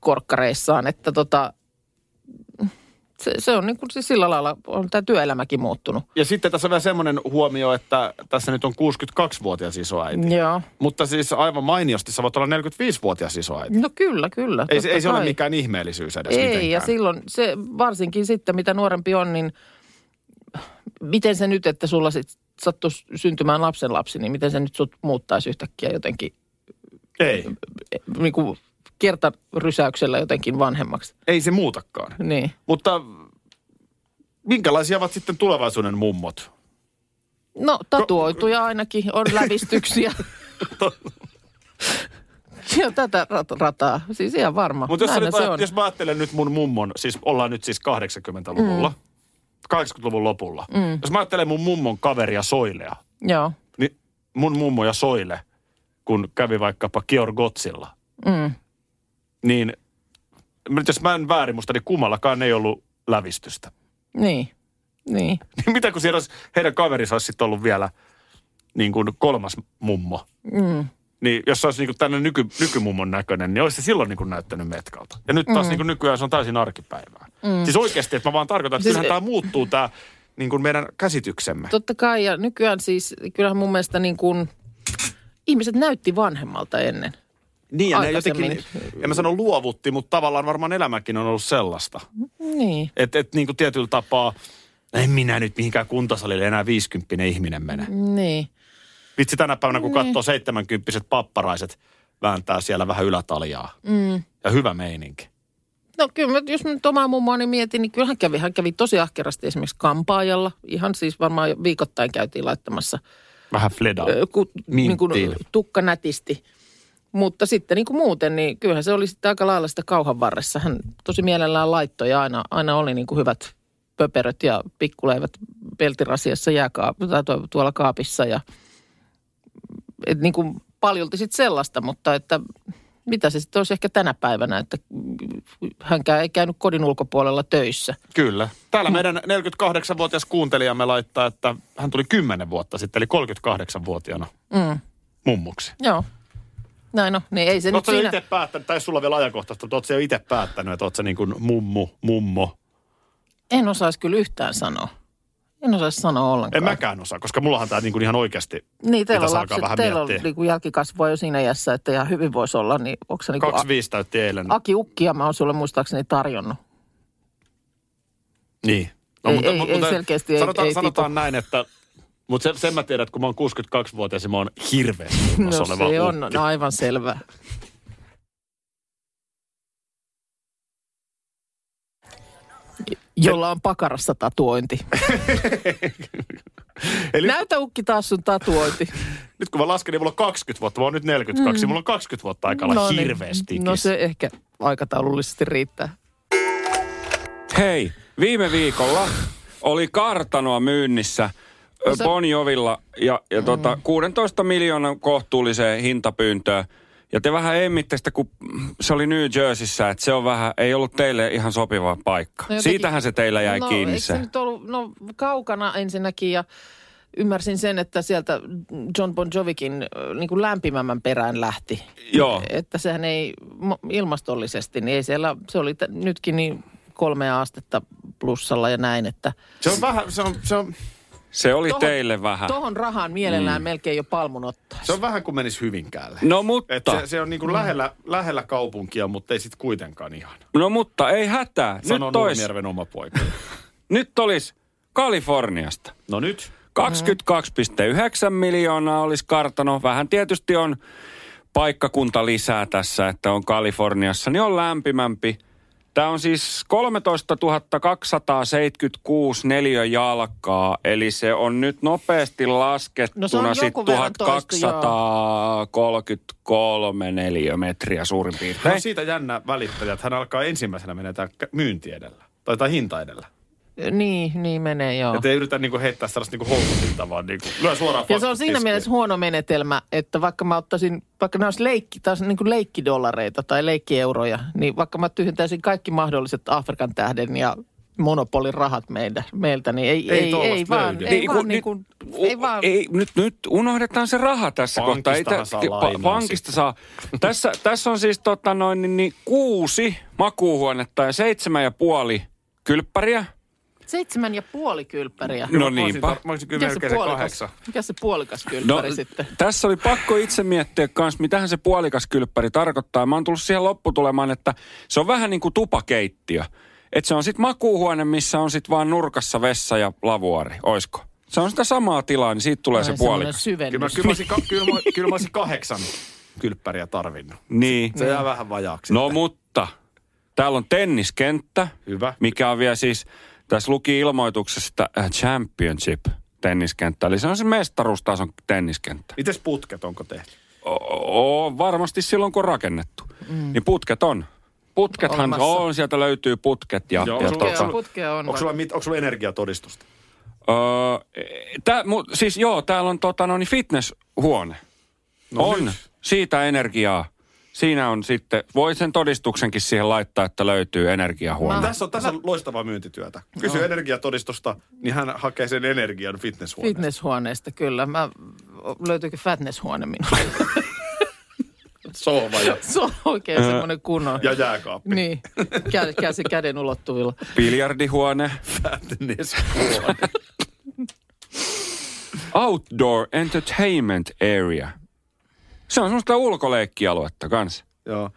Speaker 3: korkkareissaan, että tota, se, se on niin kuin siis sillä lailla, on tämä työelämäkin muuttunut.
Speaker 2: Ja sitten tässä on vielä semmoinen huomio, että tässä nyt on 62-vuotias isoäiti.
Speaker 3: Joo.
Speaker 2: Mutta siis aivan mainiosti sä voit olla 45-vuotias isoäiti.
Speaker 3: No kyllä, kyllä.
Speaker 2: Ei, se-
Speaker 3: totta
Speaker 2: ei se ole
Speaker 3: kai.
Speaker 2: mikään ihmeellisyys edes
Speaker 3: Ei,
Speaker 2: mitenkään.
Speaker 3: ja silloin se varsinkin sitten, mitä nuorempi on, niin miten se nyt, että sulla sit sattuisi syntymään lapsen lapsi, niin miten se nyt sut muuttaisi yhtäkkiä jotenkin
Speaker 2: Ei,
Speaker 3: niin kuin kertarysäyksellä jotenkin vanhemmaksi.
Speaker 2: ei se muutakaan.
Speaker 3: Niin.
Speaker 2: Mutta minkälaisia ovat sitten tulevaisuuden mummot?
Speaker 3: No tatuoituja ainakin, on lävistyksiä. Joo, tätä rat- rataa. Siis ihan varma.
Speaker 2: Mutta jos, sä
Speaker 3: Näinhän
Speaker 2: nyt
Speaker 3: se
Speaker 2: ajat-
Speaker 3: on.
Speaker 2: jos mä ajattelen nyt mun mummon, siis ollaan nyt siis 80-luvulla, mm. 80-luvun lopulla. Mm. Jos mä ajattelen mun mummon kaveria Soilea,
Speaker 3: Joo.
Speaker 2: niin mun mummo ja Soile, kun kävi vaikkapa Georgotsilla,
Speaker 3: Mm.
Speaker 2: niin nyt jos mä en väärin muista, niin kummallakaan ei ollut lävistystä.
Speaker 3: Niin. Niin.
Speaker 2: Niin mitä kun siellä olisi, heidän kaverinsa olisi sitten ollut vielä niin kuin kolmas mummo.
Speaker 3: Mm.
Speaker 2: Niin jos se olisi niin kuin tänne nyky, nykymummon näköinen, niin olisi se silloin niin kuin näyttänyt metkalta. Ja nyt taas mm. niin kuin nykyään se on täysin arkipäivää. Mm. Siis oikeasti, että mä vaan tarkoitan, että
Speaker 3: Siis-
Speaker 2: siis, kyllähän tämä muuttuu tämä niin kuin meidän käsityksemme.
Speaker 3: Totta kai, ja nykyään siis, kyllähän mun mielestä niin kuin, ihmiset näytti vanhemmalta ennen.
Speaker 2: niin ja ne
Speaker 3: aikaisemmin.
Speaker 2: jotenkin, en mä sano luovutti, mutta tavallaan varmaan elämäkin on ollut sellaista.
Speaker 3: Niin.
Speaker 2: Että et, niin kuin tietyllä tapaa, en minä nyt mihinkään kuntosalille enää 50 ihminen mene.
Speaker 3: Niin.
Speaker 2: Vitsi tänä päivänä, kun katsoo 70 papparaiset vääntää siellä vähän ylätaljaa.
Speaker 3: Mm.
Speaker 2: Ja hyvä meininki.
Speaker 3: No kyllä, mä- jos mä nyt omaa mummoani mietin, niin kyllähän kävi, hän kävi tosi ahkerasti esimerkiksi kampaajalla. Ihan siis varmaan viikoittain käytiin laittamassa
Speaker 2: Vähän fledaa.
Speaker 3: ö, ku, niin kuin,
Speaker 2: Minttiin.
Speaker 3: tukka nätisti. Mutta sitten niin kuin muuten, niin kyllähän se oli sitten aika lailla sitä kauhan varressa. Hän tosi mielellään laittoi ja aina, aina oli niin kuin hyvät pöperöt ja pikkuleivät peltirasiassa jääkaap- tai tu- tuolla kaapissa. Ja, et niin kuin paljolti sitten sellaista, mutta että mitä se sitten olisi ehkä tänä päivänä, että hänkään ei käynyt kodin ulkopuolella töissä.
Speaker 2: Kyllä.
Speaker 3: Mm.
Speaker 2: Täällä meidän 48-vuotias kuuntelijamme laittaa, että hän tuli 10 vuotta sitten, eli 38-vuotiaana
Speaker 3: Mm.
Speaker 2: mummuksi.
Speaker 3: Joo. Näin no, niin ei se nyt
Speaker 2: Oletko
Speaker 3: siinä...
Speaker 2: sinä... itse päättänyt, tai sulla on vielä ajankohtaista, mutta oletko jo itse päättänyt, että oletko niin kuin mummu, mummo?
Speaker 3: En osaisi kyllä yhtään sanoa. En osaisi sanoa ollenkaan.
Speaker 2: En mäkään osaa, koska mullahan tämä niin kuin ihan oikeasti
Speaker 3: Niin, teillä on
Speaker 2: pitäisi alkaa
Speaker 3: lapset,
Speaker 2: vähän
Speaker 3: teillä on
Speaker 2: miettiä.
Speaker 3: niinku jälkikasvua jo siinä iässä, että ihan hyvin voisi olla. Niin onko se niinku A-
Speaker 2: 25 täytti eilen.
Speaker 3: Aki Ukkia mä oon sulle muistaakseni tarjonnut.
Speaker 2: Niin.
Speaker 3: Ei- ei- ei selkeästi, ei-
Speaker 2: sanotaan,
Speaker 3: ei
Speaker 2: sanotaan näin, että... Mutta sen, sen mä tiedän, että kun mä oon 62-vuotias ja mä oon hirveästi
Speaker 3: No
Speaker 2: kunnossa oleva
Speaker 3: se on
Speaker 2: ukki.
Speaker 3: no, aivan selvä. Jolla on pakarassa tatuointi.
Speaker 2: Eli
Speaker 3: Näytä ukki taas sun tatuointi.
Speaker 2: nyt kun mä lasken, niin mulla on 20 vuotta, mä oon nyt 42, mm. mulla on 20 vuotta aikaa olla
Speaker 3: niin.
Speaker 2: hirveästi
Speaker 3: No se ehkä aikataulullisesti riittää.
Speaker 7: Hei, viime viikolla oli kartanoa myynnissä ö,
Speaker 3: No se- Mm.
Speaker 7: Bon Jovilla ja, ja tota, 16 miljoonan kohtuulliseen hintapyyntöön. Ja te vähän emmitte sitä, kun se oli New Jerseyssä, että se on vähän, ei ollut teille ihan sopiva paikka.
Speaker 3: No
Speaker 7: No
Speaker 3: jotenkin-
Speaker 7: Siitähän se teillä jäi
Speaker 3: no,
Speaker 7: kiinni
Speaker 3: eikö
Speaker 7: se.
Speaker 3: se nyt ollut no, kaukana ensinnäkin ja ymmärsin sen, että sieltä John Bon Jovikin ö, niin kuin lämpimämmän perään lähti.
Speaker 7: Joo.
Speaker 3: Että sehän ei mo- ilmastollisesti, niin ei siellä, se oli t- nytkin niin kolmea astetta plussalla ja näin, että
Speaker 2: Se on vähän, se on, se on,
Speaker 7: Se oli
Speaker 3: Tohon-
Speaker 7: teille vähän.
Speaker 3: tohon rahaan mielellään mm. melkein jo palmun ottaisi.
Speaker 2: se on vähän kuin menisi Hyvinkäälle.
Speaker 7: No mutta,
Speaker 2: Et se, se on
Speaker 3: Mm.
Speaker 2: niin kuin lähellä, lähellä kaupunkia, mutta ei sitten kuitenkaan ihan.
Speaker 7: no mutta, ei hätää.
Speaker 2: Sanoo
Speaker 7: Nyt, tois,
Speaker 2: Nurmijärven oma poika.
Speaker 7: nyt olisi Kaliforniasta.
Speaker 2: No nyt.
Speaker 7: 22,9 miljoonaa olisi kartano. Vähän tietysti on paikkakunta lisää tässä, että on Kaliforniassa, niin on lämpimämpi. Tämä on siis 13 276 neliöjalkaa, eli se on nyt nopeasti
Speaker 3: No se on
Speaker 7: laskettuna
Speaker 3: jonkun
Speaker 7: sit
Speaker 3: verran toistu, joo.
Speaker 7: 1233 neliömetriä suurin
Speaker 2: No
Speaker 7: piirtein.
Speaker 2: on siitä jännä välittäjät. Hän alkaa ensimmäisenä menetä myynti edellä. Tai, tai hinta edellä.
Speaker 3: Niin, niin menee joo.
Speaker 2: Että ei yritä niinku heittää sellaista niinku houkutinta, vaan niinku, lyö suoraan
Speaker 3: Ja se on
Speaker 2: faktat
Speaker 3: siinä
Speaker 2: tiskiin.
Speaker 3: mielessä huono menetelmä, että vaikka mä ottaisin, vaikka nämä olisi leikki, taas niin kuin leikkidollareita tai leikkieuroja, niin vaikka mä tyhjentäisin kaikki mahdolliset Afrikan tähden ja monopolin rahat meidän, meiltä, niin ei,
Speaker 2: Ei
Speaker 3: ei, ei,
Speaker 2: tollasta
Speaker 3: vaan,
Speaker 2: löydy.
Speaker 3: ei
Speaker 7: Niin,
Speaker 3: vaan,
Speaker 7: kun
Speaker 3: niin
Speaker 7: nyt-
Speaker 3: kuin,
Speaker 7: u-
Speaker 3: ei vaan,
Speaker 7: ei, nyt, nyt unohdetaan se raha tässä kohtaa. Ei
Speaker 2: Pankistahan saa
Speaker 7: pa-
Speaker 2: lainaa
Speaker 7: pankista saa. tässä, tässä on siis tota noin, niin, niin, kuusi makuuhuonetta ja seitsemän ja puoli kylppäriä.
Speaker 3: seitsemän ja puoli kylppäriä.
Speaker 7: No
Speaker 2: Mä olisin
Speaker 7: niinpä. No,
Speaker 2: tar- Mä olisin kyllä
Speaker 3: Mikä se,
Speaker 2: melkein se
Speaker 3: puolikas,
Speaker 2: kahdeksan.
Speaker 3: mikä se puolikas kylppäri sitten?
Speaker 7: Tässä oli pakko itse miettiä myös, mitähän se puolikas kylppäri tarkoittaa. Mä oon tullut siihen lopputulemaan, että se on vähän niin kuin tupakeittiö. Että se on sitten makuuhuone, missä on sitten vaan nurkassa vessa ja lavuari, oisko? Se on sitä samaa tilaa, niin siitä tulee se
Speaker 3: Ai, semmoinen
Speaker 7: puolikas.
Speaker 2: Kyllä mä,
Speaker 3: syvennys.
Speaker 2: kyllä, mä olisin, ka- kyllä, mä, kyllä mä olisin kahdeksan kylppäriä tarvinnut.
Speaker 7: Niin.
Speaker 2: Se jää vähän vajaaksi.
Speaker 7: No mutta, täällä on tenniskenttä,
Speaker 2: Hyvä.
Speaker 7: mikä on vielä siis, tässä luki ilmoituksessa, että äh, championship tenniskenttä. Eli se on se mestaruustason tenniskenttä.
Speaker 2: Mites putket onko tehty?
Speaker 7: O- o- varmasti silloin, kun on rakennettu. Mm. Niin putket on. Putkethan
Speaker 3: Olemassa.
Speaker 7: on, sieltä löytyy putket ja,
Speaker 2: Joo,
Speaker 7: ja
Speaker 2: sulla-
Speaker 7: tota,
Speaker 3: Putkea, putkea on.
Speaker 2: Onko sulla, mit, onko sulla energiatodistusta?
Speaker 7: öö, tää, mu, siis joo, täällä on tota, no, niin fitnesshuone. No
Speaker 2: niin.
Speaker 7: on, nyt. siitä energiaa. Siinä on sitten, voi sen todistuksenkin siihen laittaa, että löytyy energiahuone.
Speaker 2: Tässä on, tässä on loistavaa myyntityötä.
Speaker 3: No.
Speaker 2: Kysy energiatodistusta, niin hän hakee sen energian fitnesshuoneesta.
Speaker 3: Fitnesshuoneesta, kyllä. Mä, löytyykö fitnesshuone minulle?
Speaker 2: Sohva ja,
Speaker 3: se on oikein semmoinen kunnon.
Speaker 2: ja jääkaappi.
Speaker 3: Niin, kä- käsi käden ulottuvilla.
Speaker 7: Biljardihuone.
Speaker 2: Fitnesshuone.
Speaker 7: Outdoor Entertainment Area. Se on semmoista ulkoleikkialuetta kanssa.
Speaker 2: Joo.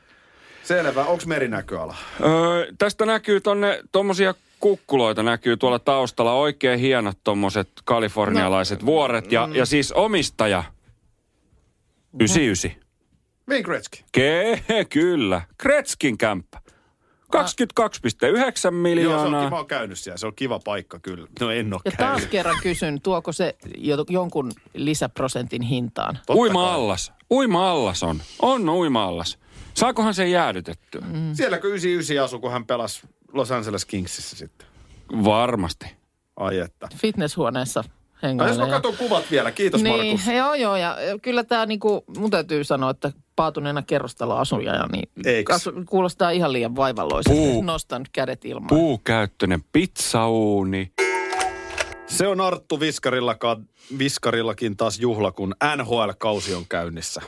Speaker 2: Selvä. Onko merinäköala?
Speaker 7: Öö, tästä näkyy tonne, tommosia kukkuloita näkyy tuolla taustalla. Oikein hienot tommoset kalifornialaiset no. vuoret. Ja, ja siis omistaja, 99.
Speaker 2: Wayne Gretzky.
Speaker 7: Ke, kyllä. Kretskin kämppä. 22,9
Speaker 2: Joo, se on
Speaker 7: miljoonaa.
Speaker 2: kiva, mä oon käynyt siellä. Se on kiva paikka kyllä. No en oo
Speaker 3: Ja taas
Speaker 2: käynyt.
Speaker 3: kerran kysyn, tuoko se jo- jonkun lisäprosentin hintaan?
Speaker 2: Totta kai.
Speaker 7: Uima-allas. Uima-allas on. On uima-allas. Saakohan se jäädytettyä?
Speaker 2: Sielläkö 99 asui, kun hän pelasi Los Angeles Kingsissä sitten?
Speaker 7: Varmasti.
Speaker 2: Ai että.
Speaker 3: Fitnesshuoneessa
Speaker 2: No, jos
Speaker 3: hengailee.
Speaker 2: mä katson kuvat vielä. Kiitos
Speaker 3: niin,
Speaker 2: Markus.
Speaker 3: joo joo, ja kyllä tämä niinku, mun täytyy sanoa, että paatuneena kerrostaloasujana, niin
Speaker 2: Eiks?
Speaker 3: kuulostaa ihan liian vaivalloiselta.
Speaker 7: Puu.
Speaker 3: Nostan kädet ilmaan.
Speaker 7: Puukäyttöinen pizzauuni.
Speaker 2: Se on Arttu Viskarillakaan, Viskarillakin taas juhla, kun NHL-kausi on käynnissä.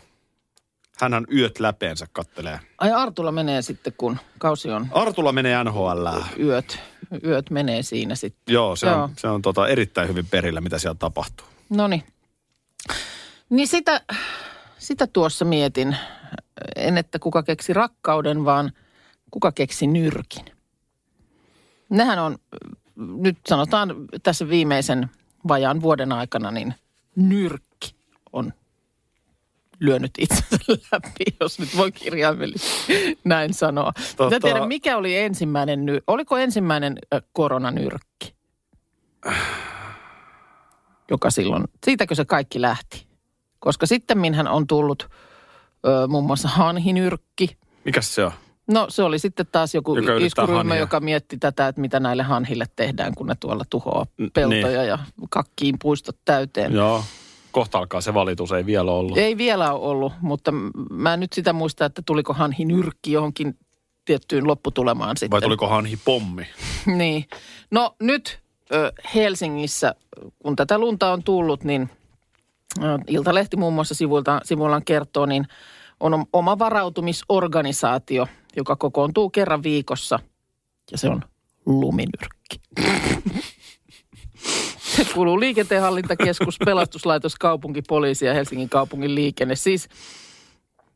Speaker 2: Hänhän yöt läpeensä kattelee.
Speaker 3: Ai Artulla menee sitten, kun kausi on
Speaker 2: Artulla menee NHL.
Speaker 3: yöt. Yöt menee siinä sitten.
Speaker 2: Joo, se
Speaker 3: Joo.
Speaker 2: on, se on tota erittäin hyvin perillä, mitä siellä tapahtuu.
Speaker 3: No niin. Niin sitä, sitä tuossa mietin. En, että kuka keksi rakkauden, vaan kuka keksi nyrkin. Nehän on, nyt sanotaan tässä viimeisen vajaan vuoden aikana, niin nyrkki on lyönyt itsensä läpi, jos nyt voi kirjaimellisesti näin sanoa. Tota...
Speaker 2: Tota-
Speaker 3: Mä tiedän, mikä oli ensimmäinen, ny- oliko ensimmäinen ö, koronanyrkki? Joka silloin, siitäkö se kaikki lähti? Koska sitten minhän on tullut ö, muun muassa hanhinyrkki.
Speaker 2: Mikäs se on?
Speaker 3: No se oli sitten taas joku
Speaker 2: Joka yrittää
Speaker 3: iskuryhmä,
Speaker 2: hanhia.
Speaker 3: joka mietti tätä, että mitä näille hanhille tehdään, kun ne tuolla tuhoaa
Speaker 2: niin.
Speaker 3: peltoja ja kakkiin puistot täyteen.
Speaker 2: Joo. Kohta alkaa se valitus, ei vielä ollut.
Speaker 3: Ei vielä ole ollut, mutta m- mä en nyt sitä muista, että tuliko hanhi nyrkki johonkin tiettyyn lopputulemaan sitten.
Speaker 2: Vai tuliko hanhi pommi?
Speaker 3: Niin. No nyt ö, Helsingissä, kun tätä lunta on tullut, niin ö, Iltalehti muun muassa sivuilta, sivuillaan kertoo, niin on om- oma varautumisorganisaatio, joka kokoontuu kerran viikossa ja se on luminyrkki. Se kuuluu liikenteenhallintakeskus, pelastuslaitos, kaupunki, poliisi ja Helsingin kaupungin liikenne. Siis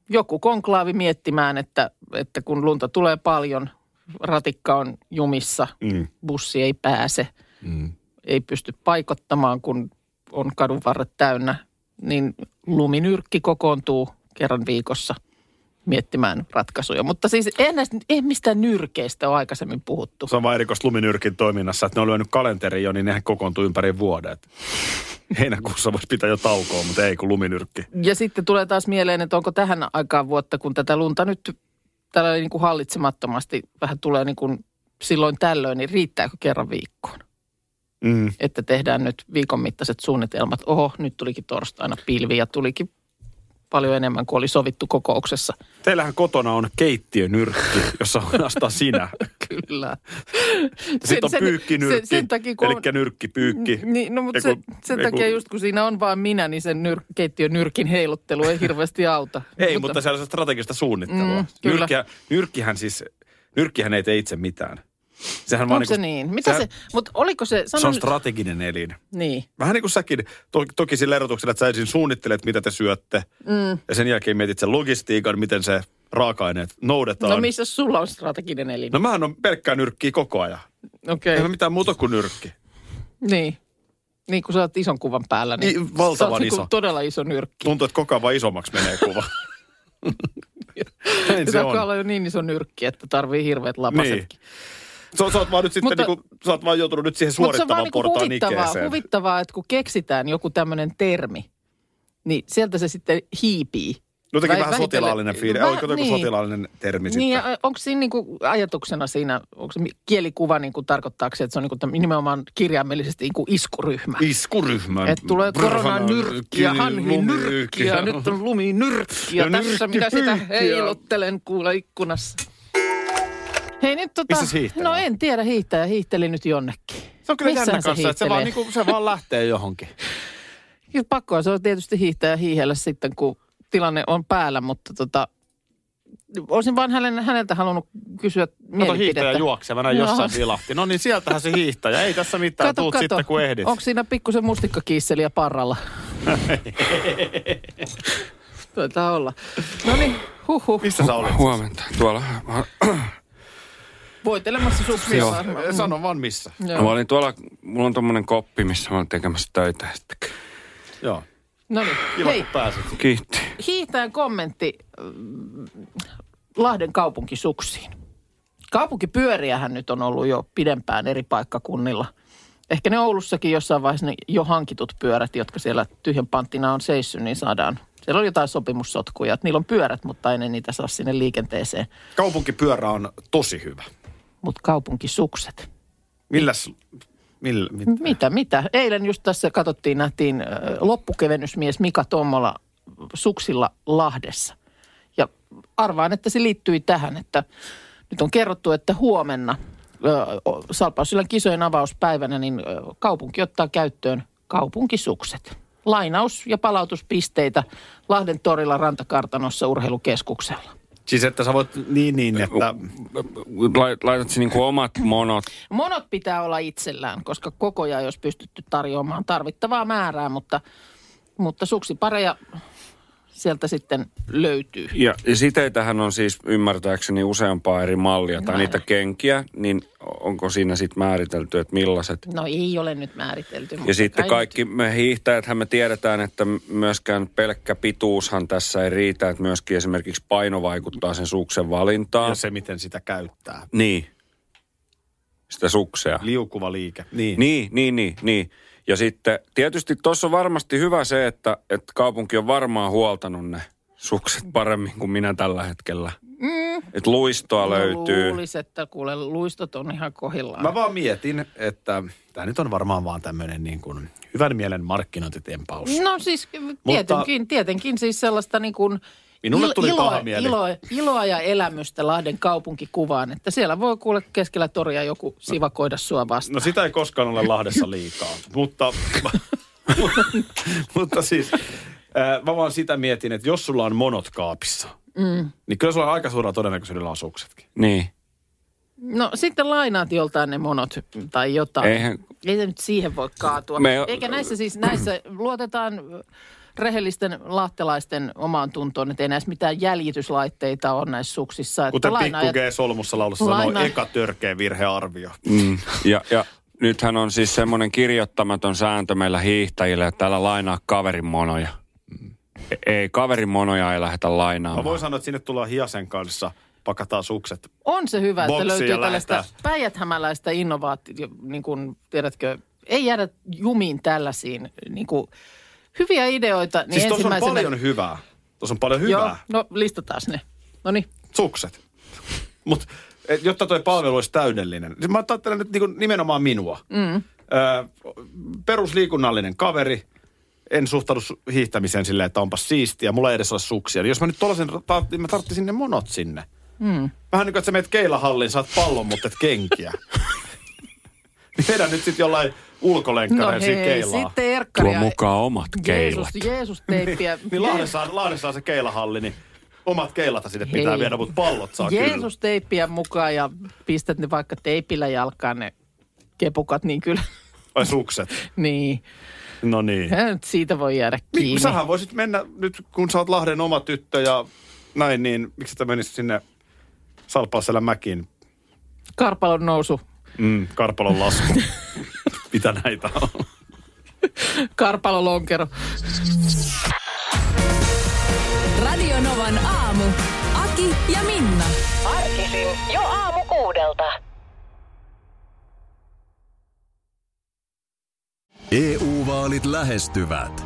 Speaker 3: joku konklaavi miettimään, että, että kun lunta tulee paljon, ratikka on jumissa, mm. bussi ei pääse, mm. ei pysty paikottamaan, kun on kadun varret täynnä, niin luminyrkki kokoontuu kerran viikossa miettimään ratkaisuja. Mutta siis ei, näistä, ei mistään nyrkeistä ole aikaisemmin puhuttu.
Speaker 2: Se on vaan erikoista luminyrkin toiminnassa, että ne on lyönyt kalenteri jo, niin nehän kokoontuu ympäri vuoden. Et Heinäkuussa voisi pitää jo taukoa, mutta ei kun luminyrkki.
Speaker 3: Ja sitten tulee taas mieleen, että onko tähän aikaan vuotta, kun tätä lunta nyt tällä niin kuin hallitsemattomasti vähän tulee niin kuin silloin tällöin, niin riittääkö kerran viikkoon?
Speaker 2: Mm.
Speaker 3: Että tehdään nyt viikon mittaiset suunnitelmat. Oho, nyt tulikin torstaina pilvi ja tulikin paljon enemmän kuin oli sovittu kokouksessa.
Speaker 2: Teillähän kotona on keittiönyrkki, jossa on ainoastaan sinä.
Speaker 3: Kyllä.
Speaker 2: Sitten on pyykkinyrkki,
Speaker 3: sen, sen takia, kun on-
Speaker 2: eli nyrkki, pyykki.
Speaker 3: Niin, no mutta
Speaker 2: Ei
Speaker 3: sen,
Speaker 2: kun-
Speaker 3: sen
Speaker 2: ei
Speaker 3: takia
Speaker 2: kun-
Speaker 3: just kun siinä on vaan minä, niin sen nyr, keittiön nyrkin heiluttelu ei hirveästi auta.
Speaker 2: Ei, mutta se on se strategista suunnittelua.
Speaker 3: Mm,
Speaker 2: Mm,
Speaker 3: kyllä.
Speaker 2: Nyrkkihän, nyrkkihän siis, nyrkkihän ei tee itse mitään. Sehän
Speaker 3: Onko
Speaker 2: vaan
Speaker 3: niin se
Speaker 2: niinku-
Speaker 3: niin? Mitä se,
Speaker 2: sehän-
Speaker 3: mutta oliko se,
Speaker 2: Se
Speaker 3: sano,
Speaker 2: on
Speaker 3: nyt-
Speaker 2: strateginen elin.
Speaker 3: niin.
Speaker 2: Vähän niin kuin säkin, toki, toki sillä erotuksella, että sä ensin suunnittelet, mitä te syötte. Mm. Ja sen jälkeen mietit sen logistiikan, miten se raaka-aineet noudetaan.
Speaker 3: No missä sulla on strateginen elin?
Speaker 2: No mähän on pelkkää nyrkkiä koko ajan.
Speaker 3: Okei,
Speaker 2: Ei
Speaker 3: okay.
Speaker 2: mä mitään muuta kuin nyrkki.
Speaker 3: niin. Niin kun sä oot ison kuvan päällä, niin,
Speaker 2: Niin, valtavan
Speaker 3: sä oot
Speaker 2: iso.
Speaker 3: Niin todella iso nyrkki.
Speaker 2: Tuntuu, että koko ajan vaan isommaksi menee kuva. Näin se
Speaker 3: Sitä alkaa
Speaker 2: on. Niin,
Speaker 3: olla jo niin iso nyrkki, että tarvii hirveät lapasetkin.
Speaker 2: Sä, sä oot vaan nyt sitten,
Speaker 3: Mutta-
Speaker 2: Mutta, niinku, sä oot vaan joutunut nyt siihen
Speaker 3: Mutta se on
Speaker 2: suorittavan
Speaker 3: vaan niinku
Speaker 2: portaan
Speaker 3: huvittavaa,
Speaker 2: ikeeseen.
Speaker 3: huvittavaa, että kun keksitään joku tämmöinen termi, niin sieltä se sitten hiipii.
Speaker 2: No jotenkin
Speaker 3: Vai
Speaker 2: vähän
Speaker 3: vähitellen-
Speaker 2: sotilaallinen fiilis.
Speaker 3: Väh-
Speaker 2: Oliko joku
Speaker 3: niin.
Speaker 2: sotilaallinen termi
Speaker 3: Niin,
Speaker 2: sitten?
Speaker 3: ja onko siinä niinku ajatuksena siinä, onko se mi- kielikuva niinku tarkoittaako se, että se on niinku täm- nimenomaan kirjaimellisesti niinku iskuryhmä?
Speaker 2: Iskuryhmän.
Speaker 3: Että tulee
Speaker 2: Brrrr,
Speaker 3: koronanyrkkiä,
Speaker 2: luminyrkki.
Speaker 3: hanhinyrkkiä, nyt on luminyrkkiä.
Speaker 2: Ja
Speaker 3: Tässä minä sitä
Speaker 2: nyrkkipyykkiä.
Speaker 3: heilottelen kuule ikkunassa. Hei nyt tota,
Speaker 2: Missä se hiihtelee?
Speaker 3: no en tiedä, hiihtäjä hiihteli nyt jonnekin.
Speaker 2: Se on kyllä
Speaker 3: Missähän
Speaker 2: jännä kanssa, että se vaan,
Speaker 3: hiihtelee?
Speaker 2: niinku, se vaan lähtee johonkin.
Speaker 3: Kyllä pakkoa se on tietysti hiihtää hiihellä sitten, kun tilanne on päällä, mutta tota, olisin vaan hänen, häneltä halunnut kysyä
Speaker 2: Kato
Speaker 3: mielipidettä.
Speaker 2: hiihtäjä juoksevana
Speaker 3: Joo.
Speaker 2: jossain vilahti. No niin, sieltähän se hiihtäjä. Ei tässä mitään, tuut sitten kun ehdit.
Speaker 3: Onko siinä pikkusen mustikkakiisseliä parralla? Taitaa olla. No niin, huhhuh.
Speaker 2: Missä sä olet?
Speaker 7: Huomenta. Tuolla, mä,
Speaker 3: Voitelemassa suksia
Speaker 7: Joo.
Speaker 3: varmaan.
Speaker 2: Sano vaan missä.
Speaker 3: Joo.
Speaker 7: mä olin tuolla, mulla on tommonen koppi, missä mä oon tekemässä töitä. Sitten
Speaker 2: Joo.
Speaker 3: No niin,
Speaker 2: Kiva,
Speaker 3: hei.
Speaker 2: kun pääsit.
Speaker 7: kiitti.
Speaker 3: Hiihtäjän kommentti mm, Lahden kaupunkisuksiin. Kaupunkipyöriähän nyt on ollut jo pidempään eri paikkakunnilla. Ehkä ne Oulussakin jossain vaiheessa ne jo hankitut pyörät, jotka siellä tyhjän panttina on seissyt, niin saadaan. Siellä on jotain sopimussotkuja, että niillä on pyörät, mutta ei ne niitä saa sinne liikenteeseen.
Speaker 2: Kaupunkipyörä on tosi hyvä.
Speaker 3: Mutta kaupunkisukset.
Speaker 2: Milläs, millä, mit,
Speaker 3: Mitä, mitä? Eilen just tässä katsottiin, nähtiin ö, loppukevennysmies Mika Tommola suksilla Lahdessa. Ja arvaan, että se liittyi tähän, että nyt on kerrottu, että huomenna ö, o- Salpaussillan kisojen avauspäivänä niin ö, kaupunki ottaa käyttöön kaupunkisukset. Lainaus- ja palautuspisteitä Lahden torilla Rantakartanossa urheilukeskuksella.
Speaker 2: Siis että sä voit niin niin, että...
Speaker 7: uh, Lai- Laitat sinä niinku omat monot.
Speaker 3: Monot pitää olla itsellään, koska koko ajan jos pystytty tarjoamaan tarvittavaa määrää, mutta, mutta suksipareja sieltä sitten löytyy.
Speaker 7: Ja ja siteitähän on siis ymmärtääkseni useampaa eri mallia tai
Speaker 3: Näin.
Speaker 7: niitä kenkiä, niin onko siinä sitten määritelty, että millaiset?
Speaker 3: No ei ole nyt määritelty. mutta
Speaker 7: Ja sitten
Speaker 3: kai
Speaker 7: kaikki me hiihtäjäthän me tiedetään, että myöskään pelkkä pituushan tässä ei riitä, että myöskin esimerkiksi paino vaikuttaa sen suksen valintaan.
Speaker 2: Ja se, miten sitä käyttää.
Speaker 7: Niin. Sitä suksea.
Speaker 2: Liukuva liike. Niin.
Speaker 7: Niin, niin, niin, niin. Ja sitten tietysti tuossa on varmasti hyvä se, että, että kaupunki on varmaan huoltanut ne sukset paremmin kuin minä tällä hetkellä. Mm. Että luistoa
Speaker 3: nyt-
Speaker 7: no,
Speaker 3: No
Speaker 7: löytyy.
Speaker 3: Luulisi, että kuule luistot on ihan kohillaan.
Speaker 2: Mä vaan mietin, että tämä nyt on varmaan vaan tämmöinen niin kuin hyvän mielen markkinointitempaus.
Speaker 3: No siis tietenkin, tietenkin siis sellaista niin kuin
Speaker 2: Minulle
Speaker 3: il-
Speaker 2: tuli
Speaker 3: iloa,
Speaker 2: paha mieli.
Speaker 3: Iloa, iloa ja elämystä Lahden kaupunkikuvaan, että siellä voi kuule keskellä toria joku sivakoida sua vastaan.
Speaker 2: No sitä ei koskaan ole Lahdessa liikaa, mutta, mutta siis ää, mä vaan sitä mietin, että jos sulla on monot kaapissa, mm. niin kyllä sulla on aika suurella todennäköisyydellä on suksetkin.
Speaker 7: Niin.
Speaker 3: No sitten lainaat joltain ne monot tai jotain.
Speaker 7: Eihän-
Speaker 3: Ei se nyt siihen voi kaatua. Me...
Speaker 7: Me-
Speaker 3: Eikä näissä siis, näissä luotetaan rehellisten lahtelaisten omaan tuntoon, että ei näissä mitään jäljityslaitteita ole näissä suksissa. Että
Speaker 2: Kuten
Speaker 3: lainaajat-
Speaker 2: Pikku G. Solmussa laulussa
Speaker 3: Lainaa-
Speaker 2: sanoo, eka törkeä virhearvio.
Speaker 7: Mm. Ja, ja nythän on siis semmoinen kirjoittamaton sääntö meillä hiihtäjillä, että älä lainaa kaverin monoja. E- Ei, kaverin monoja ei lähdetä
Speaker 2: Mä
Speaker 7: lainaamaan.
Speaker 2: voin sanoa, että sinne tullaan hiasen kanssa, pakataan sukset. Siis
Speaker 3: On se hyvä, että
Speaker 2: Boksia
Speaker 3: löytyy tällaista
Speaker 2: lähettää.
Speaker 3: päijät-hämäläistä innovaatio, niin kuin, tiedätkö, ei jäädä jumiin tällaisiin, niin kuin, hyviä ideoita. Niin
Speaker 2: Niin siis tuossa on
Speaker 3: ensimmäisenä-
Speaker 2: paljon hyvää. Tuossa on paljon hyvää.
Speaker 3: Joo, no listataan ne. No niin.
Speaker 2: sukset. Mutta jotta toi palvelu olisi täydellinen. Siis mä ajattelen nyt niinku nimenomaan minua. Mm. Öö, perusliikunnallinen kaveri. En suhtaudu su- hiihtämiseen silleen, että onpas siistiä. Mulla ei edes ole suksia. Niin Jos mä nyt tollasen, ta- mä tarttisin ne monot sinne. Mm. Vähän niin kuin, että sä meet keilahalliin, saat pallon, mutta et kenkiä. niin vedä nyt sitten jollain
Speaker 3: No
Speaker 2: ulkolenkkareen no siinä
Speaker 3: hei,
Speaker 2: keilaa.
Speaker 3: sitten
Speaker 7: Tuo
Speaker 3: erkkaria.
Speaker 7: mukaan omat keilat.
Speaker 3: Jeesus, Jeesus teippiä.
Speaker 2: Niin Lahdessa on, Lahdessa on se keilahalli, niin omat keilata sinne pitää
Speaker 3: Hei.
Speaker 2: viedä, mutta pallot saa kyllä.
Speaker 3: Jeesus teippiä mukaan ja pistät ne vaikka teipillä jalkaan ne kepukat, niin kyllä.
Speaker 2: Vai sukset.
Speaker 3: Niin,
Speaker 2: No niin.
Speaker 3: Eihän nyt siitä voi jäädä
Speaker 2: Mik,
Speaker 3: kiinni.
Speaker 2: sähän voisit mennä nyt, kun sä oot Lahden oma tyttö ja näin, niin miksi sä menisit sinne Salpausselän mäkiin?
Speaker 3: Karpalon nousu.
Speaker 2: Mm, Karpalon lasku. Mitä näitä on?
Speaker 3: Karpalon lonkero.
Speaker 1: Radio Novan aamu. Aki ja Minna.
Speaker 8: Arkisin jo aamu kuudelta.
Speaker 4: EU-vaalit E lähestyvät.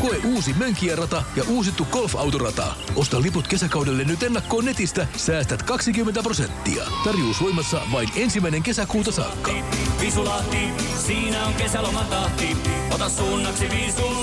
Speaker 5: Koe uusi Mönkijärata ja uusittu golfautorata. Osta liput kesäkaudelle nyt ennakkoon netistä. Säästät 20 prosenttia. Tarjous voimassa vain ensimmäinen kesäkuuta saakka.
Speaker 9: Visulahti, siinä on kesälomatahti. Ota suunnaksi viisulahti.